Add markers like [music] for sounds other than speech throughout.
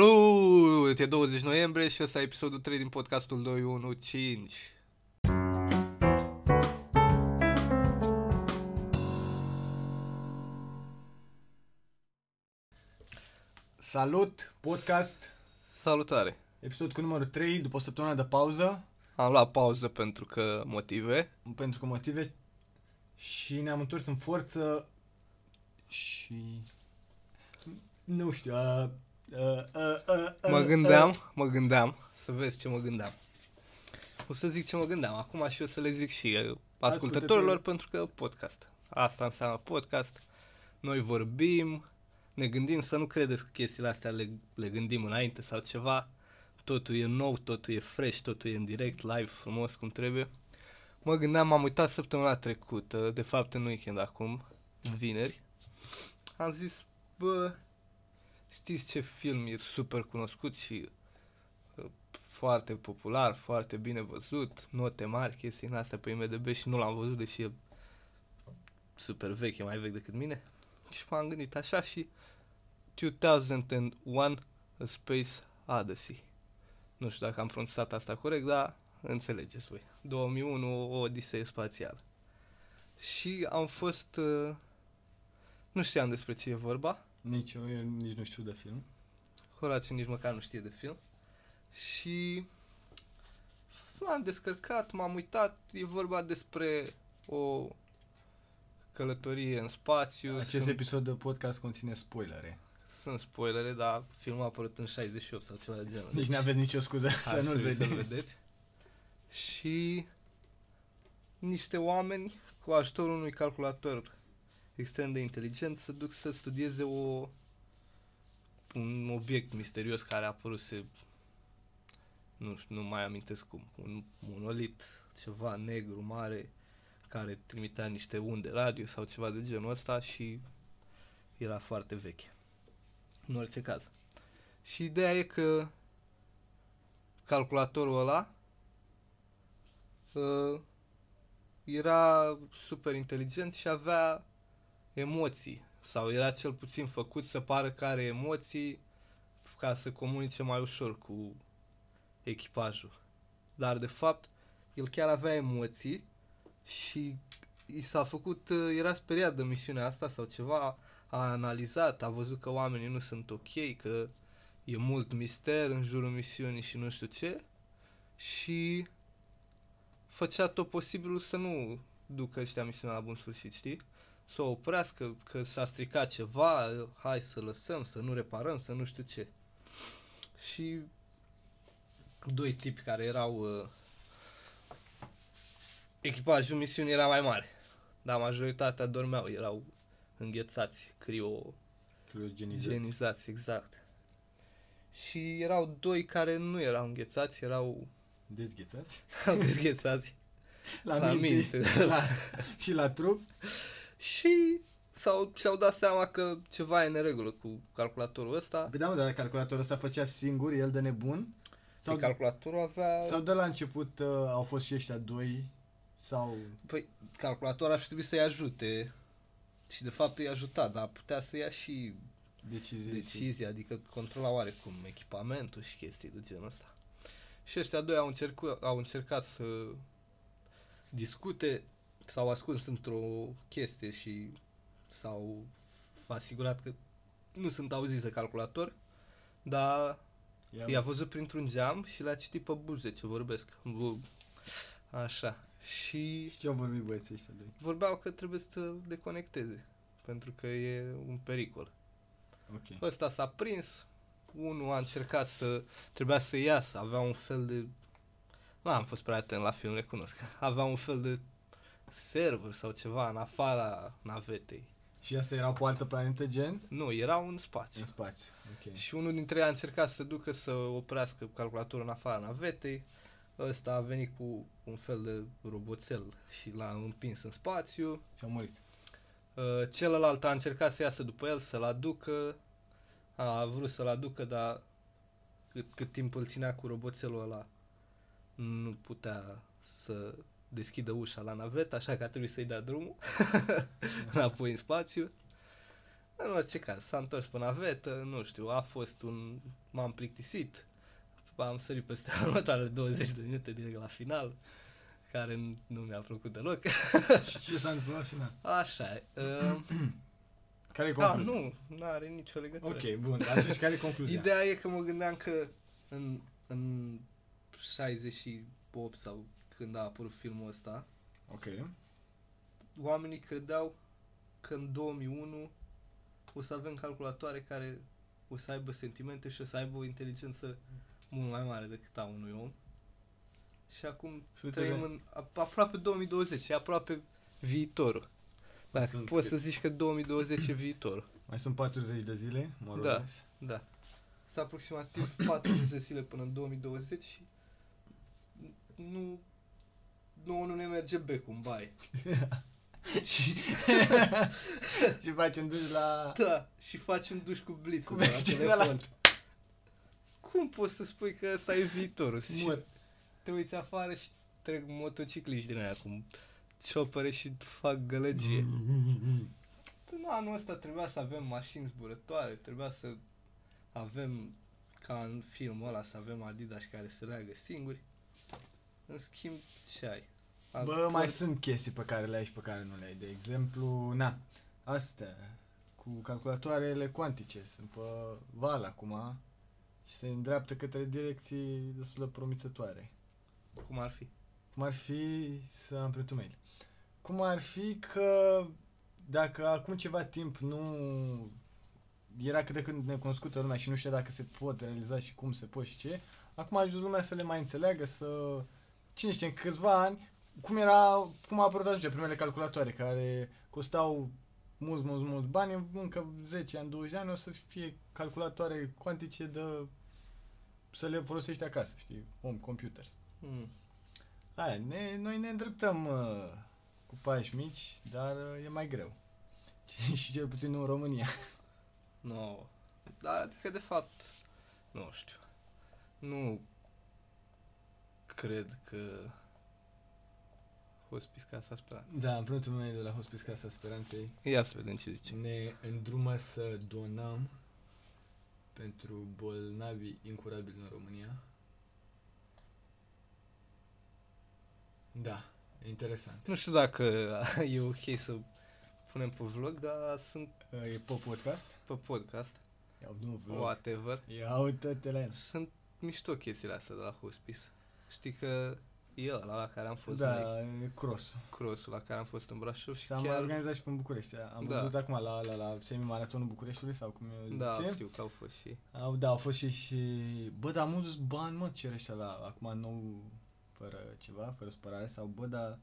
Salut! E 20 noiembrie și ăsta e episodul 3 din podcastul 215. Salut, podcast, Salutare! episod cu numărul 3, după o săptămână de pauză, Am luat pauză pentru că motive. pentru că motive, și ne-am întors în forță și... Nu știu, a, a, a, a, a, Mă A, gândeam, mă gândeam, să vezi ce mă gândeam. O să zic ce mă gândeam acum și o să le zic și eh, ascultătorilor Ascultătorilor. pentru că podcast. Asta înseamnă podcast. Noi vorbim, ne gândim să nu credeți că chestiile astea le, le gândim înainte sau ceva. Totul e nou, totul e fresh, totul e în direct, live, frumos, cum trebuie. Mă gândeam, m-am uitat săptămâna trecută, de fapt în weekend acum, în vineri. Am zis, bă, știți ce film e super cunoscut și uh, foarte popular, foarte bine văzut, note mari, chestii în astea pe IMDB și nu l-am văzut, deși e super vechi, e mai vechi decât mine. Și m-am gândit așa și 2001 A Space Odyssey. Nu știu dacă am pronunțat asta corect, dar înțelegeți voi. 2001 O Odisee Spațială. Și am fost... uh, Nu știam despre ce e vorba. Nici eu, eu nici nu știu de film. Horațiu nici măcar nu știe de film. Și l-am descărcat, m-am uitat, e vorba despre o călătorie în spațiu. Acest sunt, episod de podcast conține spoilere, sunt spoilere, dar filmul a apărut în 68 sau ceva de genul. deci nu aveți nicio scuză Ar să nu-l trebui să-l vedeți. vedeți. Și niște oameni cu ajutorul unui calculator extrem de inteligent se duc să studieze o, un obiect misterios care a apărut nu știu, nu mai amintesc cum, un monolit, ceva negru mare care trimitea niște unde radio sau ceva de genul ăsta și era foarte veche. În orice caz. Și ideea e că calculatorul ăla uh, era super inteligent și avea emoții sau era cel puțin făcut să pară că are emoții ca să comunice mai ușor cu echipajul. Dar de fapt el chiar avea emoții și i s-a făcut, uh, era speriat de misiunea asta sau ceva, a analizat, a văzut că oamenii nu sunt ok, că e mult mister în jurul misiunii și nu știu ce și făcea tot posibilul să nu ducă ăștia misiunea la bun sfârșit, știi? Să o oprească, că s-a stricat ceva, hai să lăsăm, să nu reparăm, să nu știu ce. Și doi tipi care erau uh, echipajul misiunii era mai mare, dar majoritatea dormeau, erau înghețați, crio, Criogenizați. Genizați, exact. Și erau doi care nu erau înghețați, erau, [laughs] Dezghețați. erau dezghețați. La, La minte. minte. La, și la trup. și s-au, și-au dat seama că ceva e în regulă cu calculatorul ăsta. Păi da, mă, dar calculatorul ăsta făcea singur, el de nebun. Sau... Sau, Calculatorul avea... sau Sau... de la început uh, au fost și ăștia doi sau... Păi, calculatorul ar fi trebuit să-i ajute. Și de fapt îi ajuta, dar putea să ia și Decizii. decizia, adică controla oarecum echipamentul și chestii de genul ăsta. Și ăștia doi au, încercu, au încercat să discute, s-au ascuns într-o chestie și s-au asigurat că nu sunt auziți de calculator, dar Ia, i-a văzut printr-un geam și le-a citit pe buze ce vorbesc. Bu- Așa. Și Și ce au vorbit băieții ăștia doi? vorbeau că trebuie să deconecteze, pentru că e un pericol. Ok. Ăsta s-a prins, unul a încercat să, trebuia să iasă, avea un fel de, nu am fost prea atent la film, recunosc, avea un fel de server sau ceva în afara navetei. Și asta era pe o altă planetă gen? Nu, era un spațiu. În spațiu. Ok. Da. Și unul dintre ei a încercat să ducă să oprească calculatorul în afara navetei. Ăsta a venit cu un fel de roboțel și l-a împins în spațiu. Și au murit. [laughs] Uh, celălalt a încercat să iasă după el, să-l aducă, a vrut să-l aducă, dar cât, cât timp îl ținea cu roboțelul ăla, nu putea să deschidă [laughs] ușa la navetă, așa că a trebuit să-i dea drumul înapoi în spațiu. În orice caz, s-a întors pe navetă, nu știu, a fost un... m-am plictisit, am sărit peste [laughs] următoarele 20 de minute direct la final, care n- nu mi-a plăcut deloc. [laughs] Și ce s-a întâmplat la final? [clears throat] Așa e. Uh, Care e da, concluzia? nu, nu are nicio legătură. Ok, bun. Atunci care e concluzia? Ideea e că mă gândeam că în, în 68 sau când a apărut filmul ăsta, Ok. oamenii credeau că în 2001 o să avem calculatoare care o să aibă sentimente și o să aibă o inteligență mult mai mare decât a unui om. Și acum Și uite, trăim bă, în ap- aproape 2020, e aproape viitorul. Dacă Sunt poți cât- să zici că 2020 e viitorul. Mai sunt 40 de zile, mă [laughs] rog. Da. Da. Sunt aproximativ [clears throat] 40 de zile până în 2020 și nu, nu, nu ne merge becul în baie. Și- [laughs] Și facem duci la... Da, și facem duș cu blitz Cum de la merge telefon. ăla? Cum poți să spui că ăsta e viitorul? Și Mor. te uiți afară și trec motocicliști din aia cum ciopăre și fac gălăgie. Mm. În anul ăsta trebuia să avem mașini zburătoare, trebuia să avem, ca în filmul ăla, să avem Adidas care se leagă singuri. În schimb, ce ai? Bă, mai sunt chestii pe care le ai și pe care nu le ai. De exemplu, na, astea cu calculatoarele cuantice sunt pe val acum și se îndreaptă către direcții destul de promițătoare. Cum ar fi? Cum ar fi să am primit un mail. Cum ar fi că dacă acum ceva timp nu era cât de cât necunoscută lumea și nu știa dacă se pot realiza și cum se pot și ce, acum a ajuns lumea să le mai înțeleagă, să... Cine știe, în câțiva ani, cum era, cum a apărut atunci primele calculatoare care costau mult, mult, mult bani, încă 10 ani, 20 ani o să fie calculatoare cuantice de să le folosești acasă, știi, om, computers. Hmm. Aia, ne, noi ne îndreptăm uh, cu pași mici, dar uh, e mai greu. [laughs] Și- și cel puțin nu în România. No. Da, adică de fapt, nu știu. Nu cred că hospice casa speranță. Da, împrumutul meu e de la Hospice Casa Speranței. Ia să vedem ce zice. Ne îndrumă să donăm pentru bolnavi incurabili în România. Da, e interesant. Nu știu dacă [laughs] e ok să punem pe vlog, dar sunt Uh, E pe podcast? pe podcast, Ia uite vlog. whatever. Ia uite-te la el. Sunt mișto chestiile astea de la hospice. Știi că e ăla la care am fost noi, Da, e cross. crossul la care am fost în Brașov și S-a mai chiar... organizat și pe București. Am Da. văzut acum la, la, la semi-maratonul Bucureștiului sau cum e Da, zice. știu că au fost și... Au, da, au fost și, și... Bă, dar mulți bani, mă, cer ăștia la... Acum nou, fără ceva, fără supărare, sau bă, dar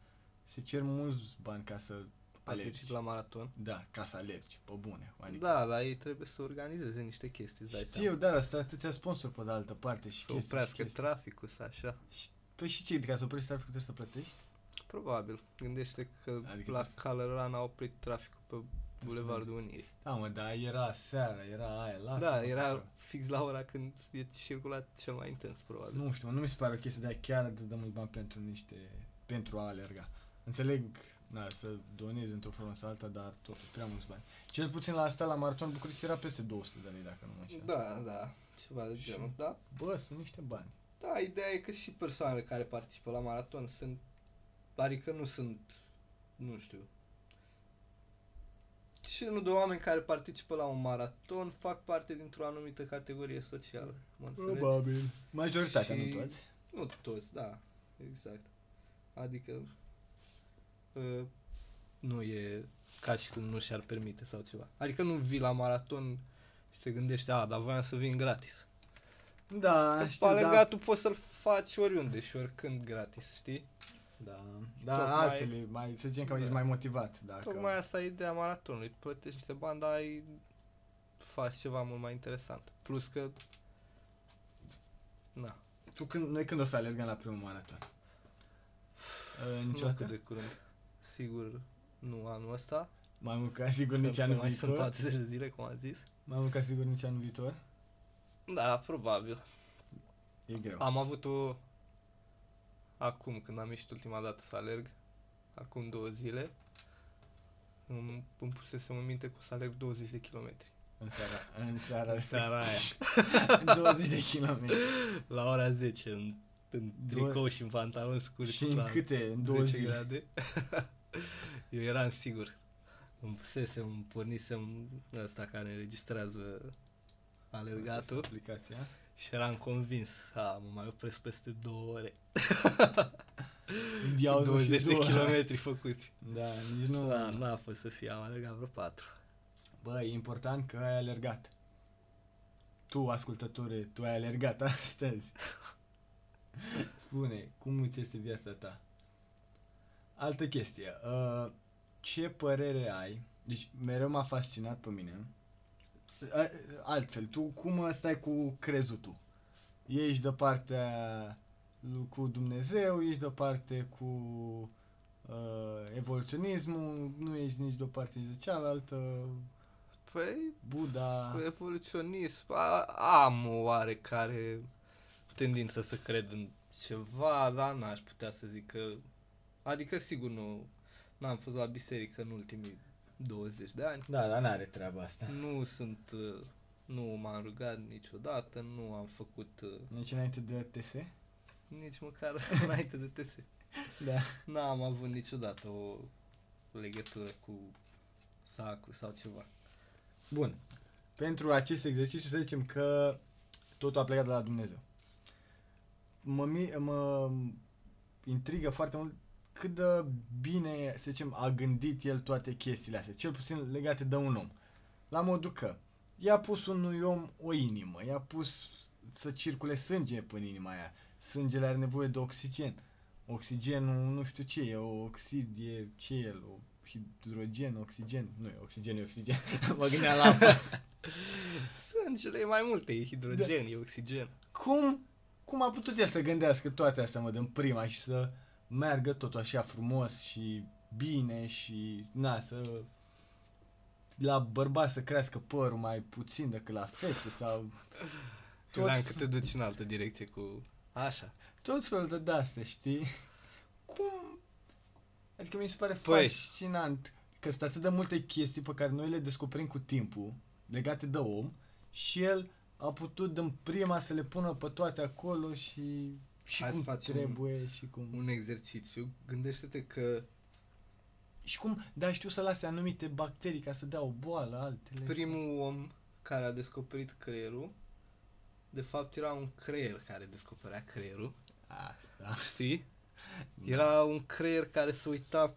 se cer mulți bani ca să Particip alergi. la maraton. Da, ca să alergi, pe bune. Adică, Da, la ei trebuie să organizeze niște chestii, îți dai știu, seama. da, dar sunt atâția sponsori pe de altă parte și Să chestii, oprească și chestii. traficul, să așa. Și- Păi și ce, ca să oprești traficul trebuie să plătești? Probabil. Gândește că Adică adică la tu- Calăran a oprit traficul pe Bulevardul Unirii. Da, mă, dar era seara, era aia, lasă Da, mă, era să- fix la ora când e circulat cel mai intens, probabil. Nu știu, nu mi se pare o chestie de aia chiar atât de mult bani pentru niște... pentru a alerga. Înțeleg, na, să donezi într-o formă sau alta, dar totuși prea mulți bani. Cel puțin la asta, la maraton București, era peste 200 de lei, dacă nu mă înșel. Da, da, ceva de Și- genul, da. Bă, sunt niște bani. Da, ideea e că și persoanele care participă la maraton sunt, adică nu sunt, nu știu, și nu de oameni care participă la un maraton fac parte dintr-o anumită categorie socială, mă înțelegi? Probabil. Majoritatea, Și- nu toți. Nu toți, da, exact. Adică uh, nu e ca și cum nu și-ar permite sau ceva. Adică nu vii la maraton și te gândești, a, dar voiam să vin gratis. Da, Că știu, da. Alergatul poți să-l faci oriunde și oricând gratis, știi? Da, da Tocmai- altele, mai, să zicem că Da. ești mai motivat, dacă... Tocmai asta e ideea maratonului. Plătești niște bani, dar ai... faci ceva mult mai interesant. Plus că... Na, Tu când, noi când o să alergăm la primul maraton? Uh, nu niciodată? cât de curând. Sigur, nu anul ăsta. Mai mult ca sigur nici că anul mai sunt viitor. 40 de zile, cum am zis. Mai mult ca sigur nici anul viitor. Da, probabil. E greu. Am avut-o acum, când am ieșit ultima dată să alerg, acum două zile. Îmi, îmi pusesem în minte că o să alerg 20 de kilometri. În seara, în seara, În seara aia. [laughs] 20 de kilometri. La ora 10 în, în Două- tricou și în pantalon scurt Și în la câte? În două 10 zile. grade. [laughs] Eu eram sigur. Îmi pusesem, îmi pornisem ăsta care înregistrează alergatul Aplicația. și eram convins. A, mă mai opresc peste două ore. Ia Cu uite, 20 de două. kilometri făcuți. [laughs] Da, nici nu... Da, n-a fost să fie, am alergat vreo 4. Bă, e important că ai alergat. Tu, ascultătore, tu ai alergat [laughs] astăzi. Spune, cum îți este viața ta? Altă chestie. Uh, ce părere ai? Deci, mereu m-a fascinat pe mine. A- Altfel, tu cum stai cu crezul tu? Ești de partea lu- cu Dumnezeu, ești de parte cu uh, evoluționismul, nu ești nici de o parte, nici de cealaltă. Păi, Buddha. cu evoluționism, a, am o oarecare tendință să cred în ceva, dar n-aș putea să zic că... Adică, sigur, nu n-am fost la biserică în ultimii 20 de ani. Da, dar n-are treaba asta. Nu sunt... uh, Nu m-am rugat niciodată, nu am făcut uh, Nici înainte de TS? nici măcar [laughs] înainte de TS. Da. N-am avut niciodată o legătură cu sacru sau ceva. Bun. Pentru acest exercițiu să zicem că totul a plecat de la Dumnezeu. Mă, mi- mă intrigă foarte mult cât de bine, să zicem, a gândit el toate chestiile astea, cel puțin legate de un om. La modul că i-a pus unui om o inimă, i-a pus să circule sânge până în inima aia. Sângele are nevoie de oxigen. Oxigenul nu știu ce e, o oxid e ce e el, o hidrogen, oxigen, nu e oxigen, e oxigen. mă gândeam la apă. [laughs] Sângele e mai multe, e hidrogen, Da. e oxigen. Cum, cum a putut el să gândească toate astea, mă, din prima și să meargă tot așa frumos și bine și, na, să la bărbat să crească părul mai puțin decât la fete sau Tot- Credeam că te duci în altă direcție cu... Așa. tot felul de de-astea, știi? Cum? Adică mi se pare Păi. fascinant că sunt atât de multe chestii pe care noi le descoperim cu timpul legate de om și el a putut din prima să le pună pe toate acolo și, și Hai să cum facem trebuie și cum... Un exercițiu. Gândește-te că Și cum, dar știu să lase anumite bacterii ca să dea o boală, altele... primul om care a descoperit creierul, de fapt era un creier care descoperea creierul, Asta. știi? Era un creier care se uita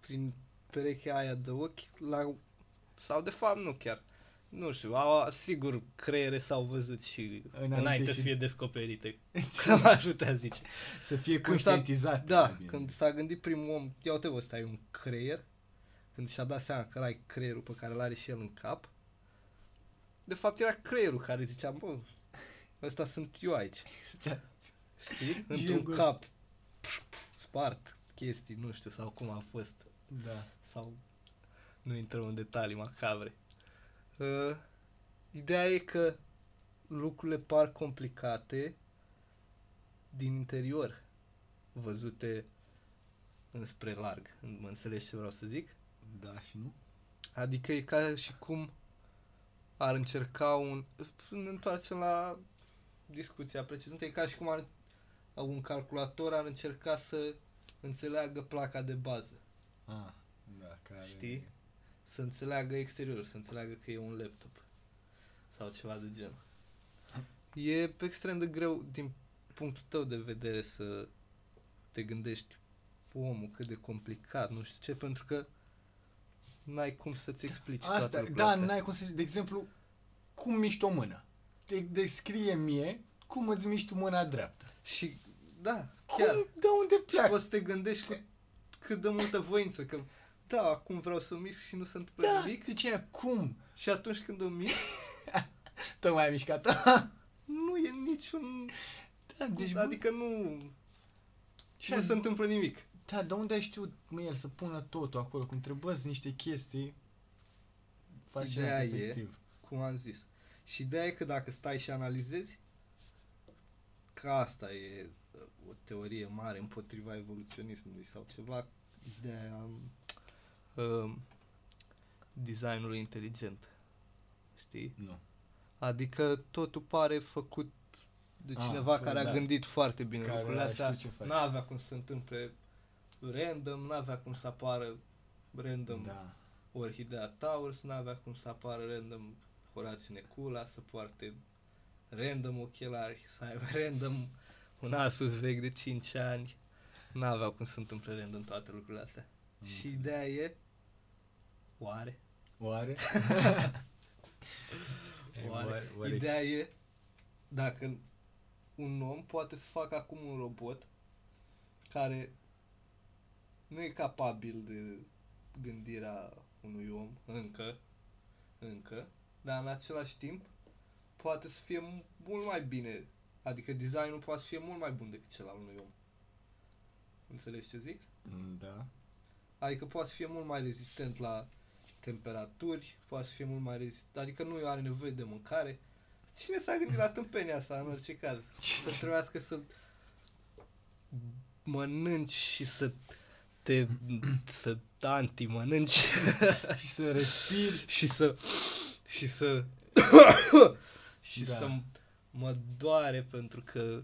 prin perechea aia de ochi la... Sau de fapt nu chiar. Nu știu, au, sigur creiere s-au văzut și Înainte înainte, înainte și- să fie [laughs] descoperite. [laughs] Că m-aș putea zice. Să fie Când s-a- conștientizat. Da, mai bine. când s-a gândit primul om, ia uite vă, ăsta e un creier, când și-a dat seama că ăla e creierul pe care l-are și el în cap, de fapt era creierul care zicea, bă, ăsta sunt eu aici, Da. știi? Eu Într-un gos- cap, pf, pf, spart chestii, nu știu, sau cum a fost, Da. sau nu intrăm în detalii macabre. Uh, ideea e că lucrurile par complicate din interior, văzute înspre larg. Mă înțelegi ce vreau să zic? Da și nu? Adică e ca și cum ar încerca un... Ne întoarcem la discuția precedentă, e ca și cum ar, un calculator ar încerca să înțeleagă placa de bază. Ah, da, care... Știi? să înțeleagă exteriorul, să înțeleagă că e un laptop sau ceva de genul. E extrem de greu din punctul tău de vedere să te gândești omul cât de complicat, nu știu ce, pentru că n-ai cum să-ți explici Deci toate Asta, lucrurile da, astea. n-ai cum să, de exemplu, cum miști o mână. Te descrie mie cum îți miști tu mâna dreaptă. Și da, Chiar. chiar. Cum, de unde Și pleacă? poți să te gândești cu cât de multă voință, că da, acum vreau să mișc și nu se întâmplă Da, nimic. de ce cum? Și atunci când o mișc, Tocmai ai mișcat [laughs] nu e niciun... da, deci, adică, adică nu... și nu azi- se întâmplă nimic. da, de unde ai știut mă, el să pună totul acolo? Cum trebuie niște chestii, Ideea e- efectiv. cum am zis. Și ideea e că dacă stai și analizezi, că asta e uh, o teorie mare împotriva evoluționismului sau ceva, de um, designului inteligent. Știi? Nu. Adică totul pare făcut de Ah, cineva fă- care a da. gândit foarte bine Care lucrurile astea. știu ce face. N-avea cum să se întâmple random, n-avea cum să apară random da. Da. Orhidea Towers, n-avea cum să apară random Horațiu Necula, să poarte random ochelari, să aibă [laughs] random un Asus vechi de 5 ani. N-aveau cum să se întâmple random toate lucrurile astea. Și ideea e, oare? Oare? [laughs] E, Oare? oare- oare- Ideea e, dacă un om poate să facă acum un robot care nu e capabil de gândirea unui om încă, încă, dar în același timp poate să fie mu- mult mai bine, adică designul poate să fie mult mai bun decât cel al unui om. Înțelegi ce zic? Mm, [laughs] Da. Adică poate să fie mult mai rezistent la temperaturi, poate să fie mult mai rezistent, adică nu are nevoie de mâncare. Cine s-a gândit la tâmpenia asta în orice caz? Să trebuiască să mănânci și să te, să anti-mănânci [laughs] Și să respiri. și să, și să, [coughs] și Da. da. să mă doare pentru că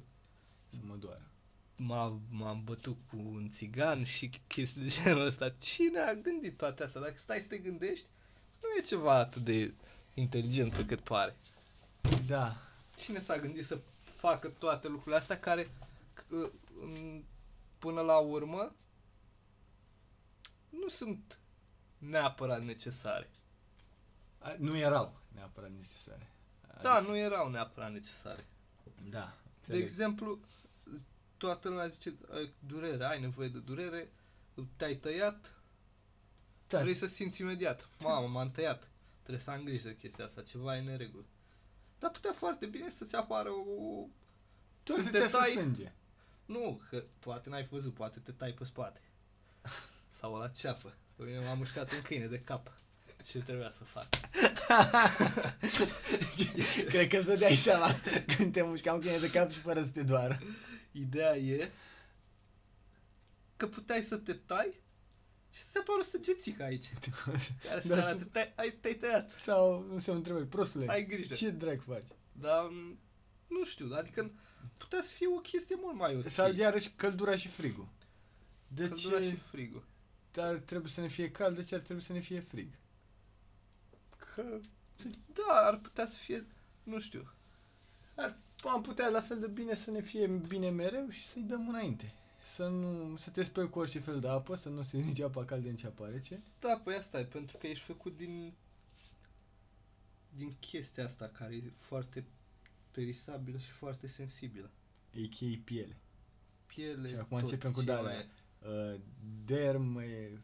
Să mă doară. m-a, m-am bătut cu un țigan și chestii de genul ăsta. Cine a gândit toate astea? Dacă stai să te gândești, nu e ceva atât de inteligent pe cât pare. Da. Cine s-a gândit să facă toate lucrurile astea care, c- în- până la urmă, nu sunt neapărat necesare. A, Nu erau neapărat necesare. Adică, Da, nu erau neapărat necesare. Da. De înțeleg. exemplu, toată lumea zice, "Ă, durere, ai nevoie de durere, te-ai tăiat, Da. Vrei să simți imediat. Mamă, m-am tăiat. Trebuie să am grijă de chestia asta, ceva e în regulă. Dar putea foarte bine să-ți apară o... Doar să te te tai... tai- sânge. [laughs] Nu, că poate n-ai văzut, poate te tai pe spate. Sau la ceafă. Pe mine m-a mușcat un câine de cap. Ce trebuia să fac? Cred că îți dai seama când te mușcam cu de cap și fără să te [laughs] doară. Ideea e că puteai să te tai și să apară o săgețică aici. Care Da, da, și- te tai, ai, te-ai tăiat. Sau nu se întrebări, prostule, Ai grijă. ce drag faci? Dar m, nu știu, adică putea să fie o chestie mult mai ok. Sau iarăși căldura și frigul. De Căldura Exact, ce și frigul. ar trebui să ne fie cald, de ce ar trebui să ne fie frig? Că Da, ar putea să fie, nu știu. ar, am putea la fel de bine să ne fie bine mereu și să-i dăm înainte. Să nu, să te speli cu orice fel de apă, să nu se nici apa caldă, nici apa rece. Da, păi asta e, pentru că ești făcut din din chestia asta care e foarte perisabilă și foarte sensibilă. A.K.A. piele. Piele, Și acum începem cu toțiune, de-alea. Uh, derm, e,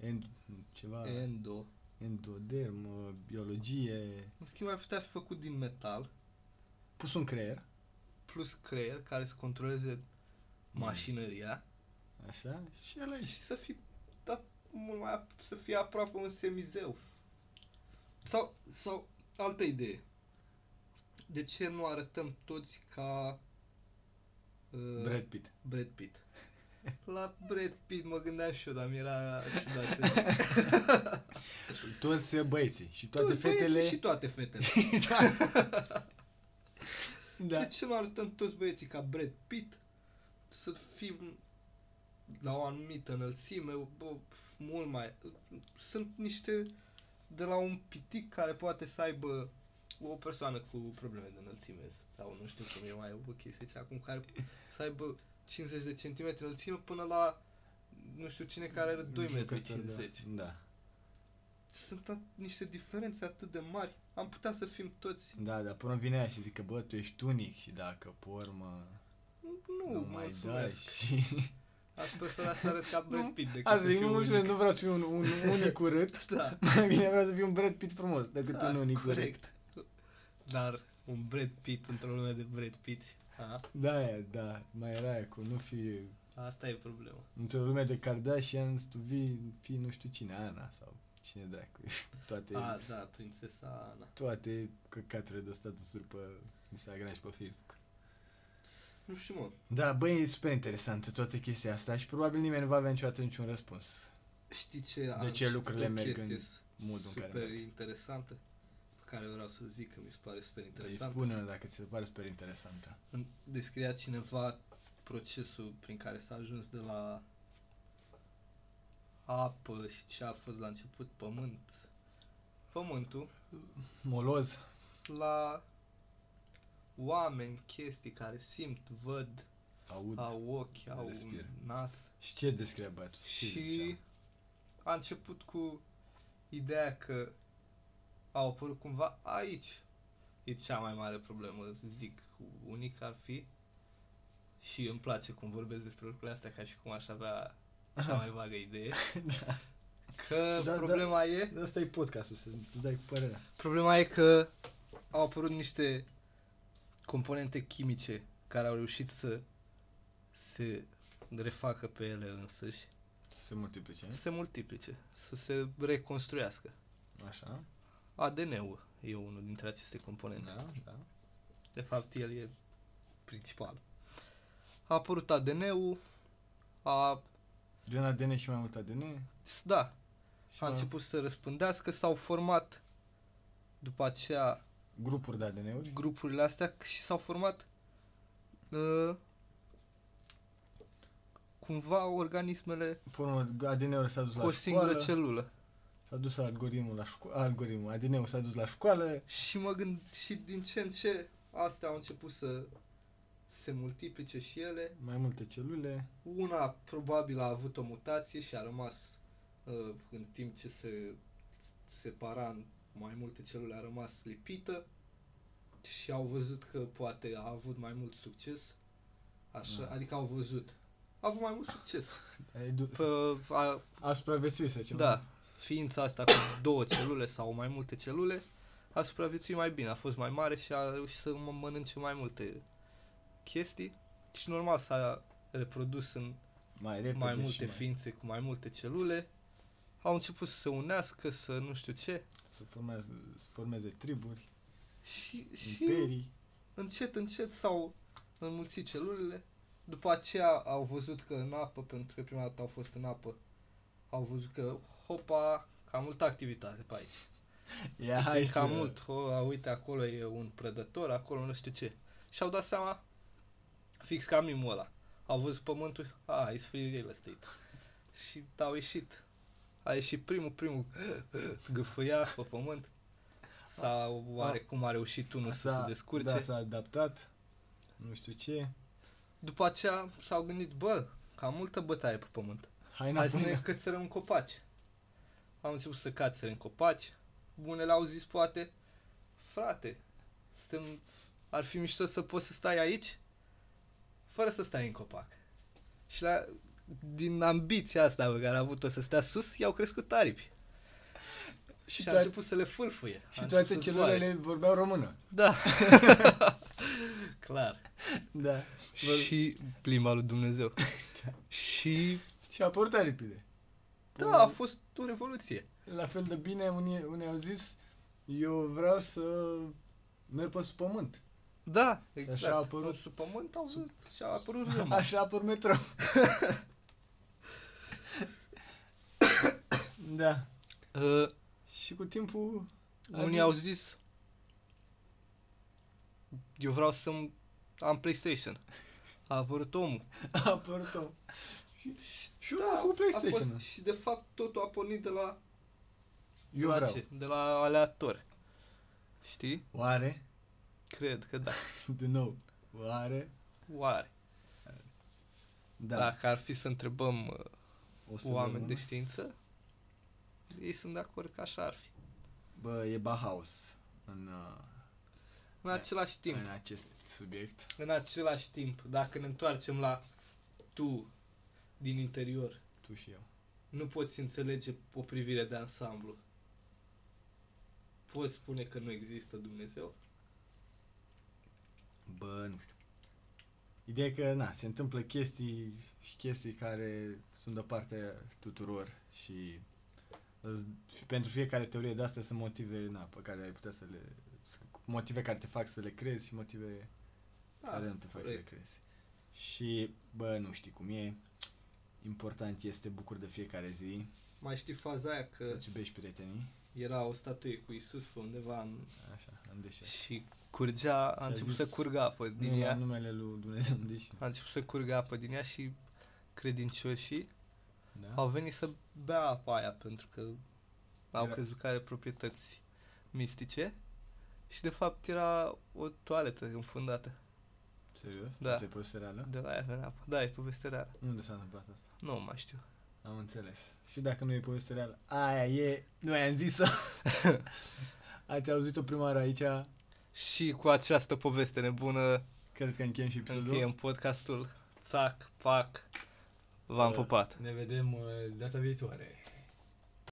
end, ceva, Endo. endoderm, uh, biologie, În schimb, ar putea fi făcut din metal pus un creier, plus creier care să controleze mașinăria așa, și ăla e. și să fii dat mult mai ap- să fie aproape un semizeu. Sau, sau altă idee. De ce nu arătăm toți ca uh, Brad Pitt. Brad Pitt? La Brad Pitt mă gândeam și eu, dar mi era ciudat să [laughs] zic. Toți uh, băieții și toate Toți băieții fetele. și toate fetele. [laughs] Da. da. De ce nu arătăm toți băieții ca Brad Pitt? Să fim la o anumită înălțime, bă, mult mai... Sunt niște de la un pitic care poate să aibă o persoană cu probleme de înălțime sau nu știu cum e mai o chestie ce acum care să aibă 50 de centimetri înălțime până la nu știu cine care are 2 metri Jucători, 50 Da. da. sunt at- niște diferențe atât de mari. Am putea să fim toți. Da, dar până vine aia și zic că bă, tu ești unic și dacă pe urmă Nu, nu, mai dai mulțumesc. și... [laughs] Aș prefera să arăt ca Brad Nu. Pitt decât Asta să zic, fiu nu mulțumesc, unic. nu vreau să fiu un, un unic urât, [laughs] Da, mai bine vreau să fiu un Brad Pitt frumos decât da, un unic urât. corect. Dar un Brad Pitt într-o lume de Brad Pitt, a, Da, aia, da, mai era aia cu nu fi asta e problema. într-o lume de Kardashians, tu vii, fi nu știu cine, Ana sau cine dracu, [laughs] toate, A, da, prințesa Ana. toate căcaturile de statusuri pe Instagram și pe Facebook. Nu știu, mă. Da, băi, e super interesantă toată chestia asta și probabil nimeni nu va avea niciodată niciun răspuns. Știi ce? De ce lucrurile merg în- modul în care super arată. interesantă pe care vreau să o zic că mi se pare super Păi interesantă. spune dacă ți se pare super interesantă. Îmi descria cineva procesul prin care s-a ajuns de la apă și ce a fost la început pământ, pământul, Moloz. la oameni, chestii care simt, văd, Aud. au ochi, au Respir. nas Și ce descrie băiatul? Ce și zicea? a început cu ideea că au apărut cumva aici. E cea mai mare problemă, zic, cu unic ar fi. Și îmi place cum vorbesc despre lucrurile astea ca și cum aș avea [laughs] cea mai vagă idee. da. Că Da, da. problema e Dar Asta e podcastul, să îți dai cu părerea. Problema e că au apărut niște componente chimice care au reușit să se refacă pe ele însăși, Să se multiplice. să se multiplice, să se reconstruiască. Așa. ADN-ul e unul dintre aceste componente. Da, da. De fapt, el e principal. A apărut ADN-ul, a... Din ADN și mai mult ADN. da, Și a mai- început să răspândească, s-au format după aceea Grupuri de ADN-uri. grupurile astea și s-au format uh, cumva organismele Până ADN-ul s-a dus cu o la singură școală. celulă. S-a dus algoritmul la școală. Algoritmul. ADN-ul s-a dus la școală. Și mă gând și din ce în ce astea au început să se multiplice și ele. Mai multe celule. Una probabil a avut o mutație și a rămas uh, în timp ce se separa în mai multe celule, a rămas lipită și au văzut că poate a avut mai mult succes. Așa, Da. adică au văzut. A avut mai mult succes. Ai du- Pă, a, A supraviețuit să zicem. da, ființa asta cu două celule sau mai multe celule a supraviețuit mai bine, a fost mai mare și a reușit să mă mănânce mai multe chestii și normal s-a reprodus în Mai repede mai și multe mai... ființe cu mai multe celule, au început să se unească, să nu știu ce Să formeze, să formeze triburi, și, și imperii. încet, încet s-au înmulțit celulele. După aceea au văzut că în apă, pentru că prima dată au fost în apă, au văzut că, hopa, cam multă activitate pe aici. Ia Hai cam uh, mult, o, a, uite acolo e un prădător, acolo nu știu ce. Și au dat seama, fix ca mimul ăla. Au văzut pământul, a, e free real estate. Și au ieșit. A ieșit primul, primul [gasps] gâfâia pe pământ. Sau oarecum a reușit unul să se S-a- descurce. Da, s-a adaptat. Nu știu ce. După aceea s-au gândit, bă, cam multă bătaie pe pământ. Hai Hai să înapoi. ne cățărăm în copaci. Am început să cațără în copaci. Bunele au zis poate, frate, suntem, ar fi mișto să poți să stai aici fără să stai în copac. Și la, din ambiția asta pe care a avut-o să stea sus, i-au crescut aripi. Și, Și, și a toate- început să le fâlfâie. A și început toate să celulele zboare. vorbeau română. Da. Clar. Da. Vă- Și limba lui [laughs] Dumnezeu. Da. Și Și a apărut aripile. da, a fost o revoluție. La fel de bine, unii, unii au zis, eu vreau să merg pe sub pământ. Da, așa exact. a apărut- sub pământ au văzut și a apărut râma. [laughs] Așa a apărut metrou. [coughs] da. Uh, Și cu timpul... unii au zis eu vreau să am PlayStation. A apărut omul. A apărut om. Și Da, da, cu a PlayStation. fost, și de fapt totul a pornit de la Eu de la, vreau. ce? de la aleator. Știi? Oare? Cred că da. Din nou. Oare? Oare? Da. Dacă ar fi să întrebăm uh, O să Ah, da. oameni de vedem. știință, ei sunt de acord că așa ar fi. Bă, e Bauhaus în, uh, În Da. același timp, în acest subiect. în același timp, dacă ne întoarcem la tu din interior, Tu și eu. nu poți înțelege o privire de ansamblu. Poți spune că nu există Dumnezeu? Bă, nu știu. Ideea e că, na, se întâmplă chestii și chestii care sunt de partea tuturor și, și pentru fiecare teorie de astea sunt motive, na, pe care ai putea să le... Motive care te fac să le crezi și motive care nu te fac să Da, le corect. crezi. Și, bă, nu știi cum e. Important este bucur de fiecare zi, Mai știi faza aia că Da. Deci- să-ți iubești prietenii. Era o statuie cu Isus pe undeva în... Așa, în deșert. și curgea, a a început zis, să curgă apă din Nu era ea. numele lui Dumnezeu în deșert. A început să curgă apă din ea și credincioșii Da? au venit să bea apa aia pentru că au Era- crezut că are proprietăți mistice și de fapt era o toaletă înfundată. Serios? Da. Se poți reală? De la aia venea apa. Da, e poveste reală. Unde s-a întâmplat asta? Nu mai știu. Am înțeles. Și dacă nu e poveste reală, aia e, nu ai am zis-o. Ați auzit-o prima oară aici, [laughs] Și cu această poveste nebună cred că încheiem și episodul. încheiem podcastul. Țac, pac, v-am pupat. Ne vedem uh, data viitoare.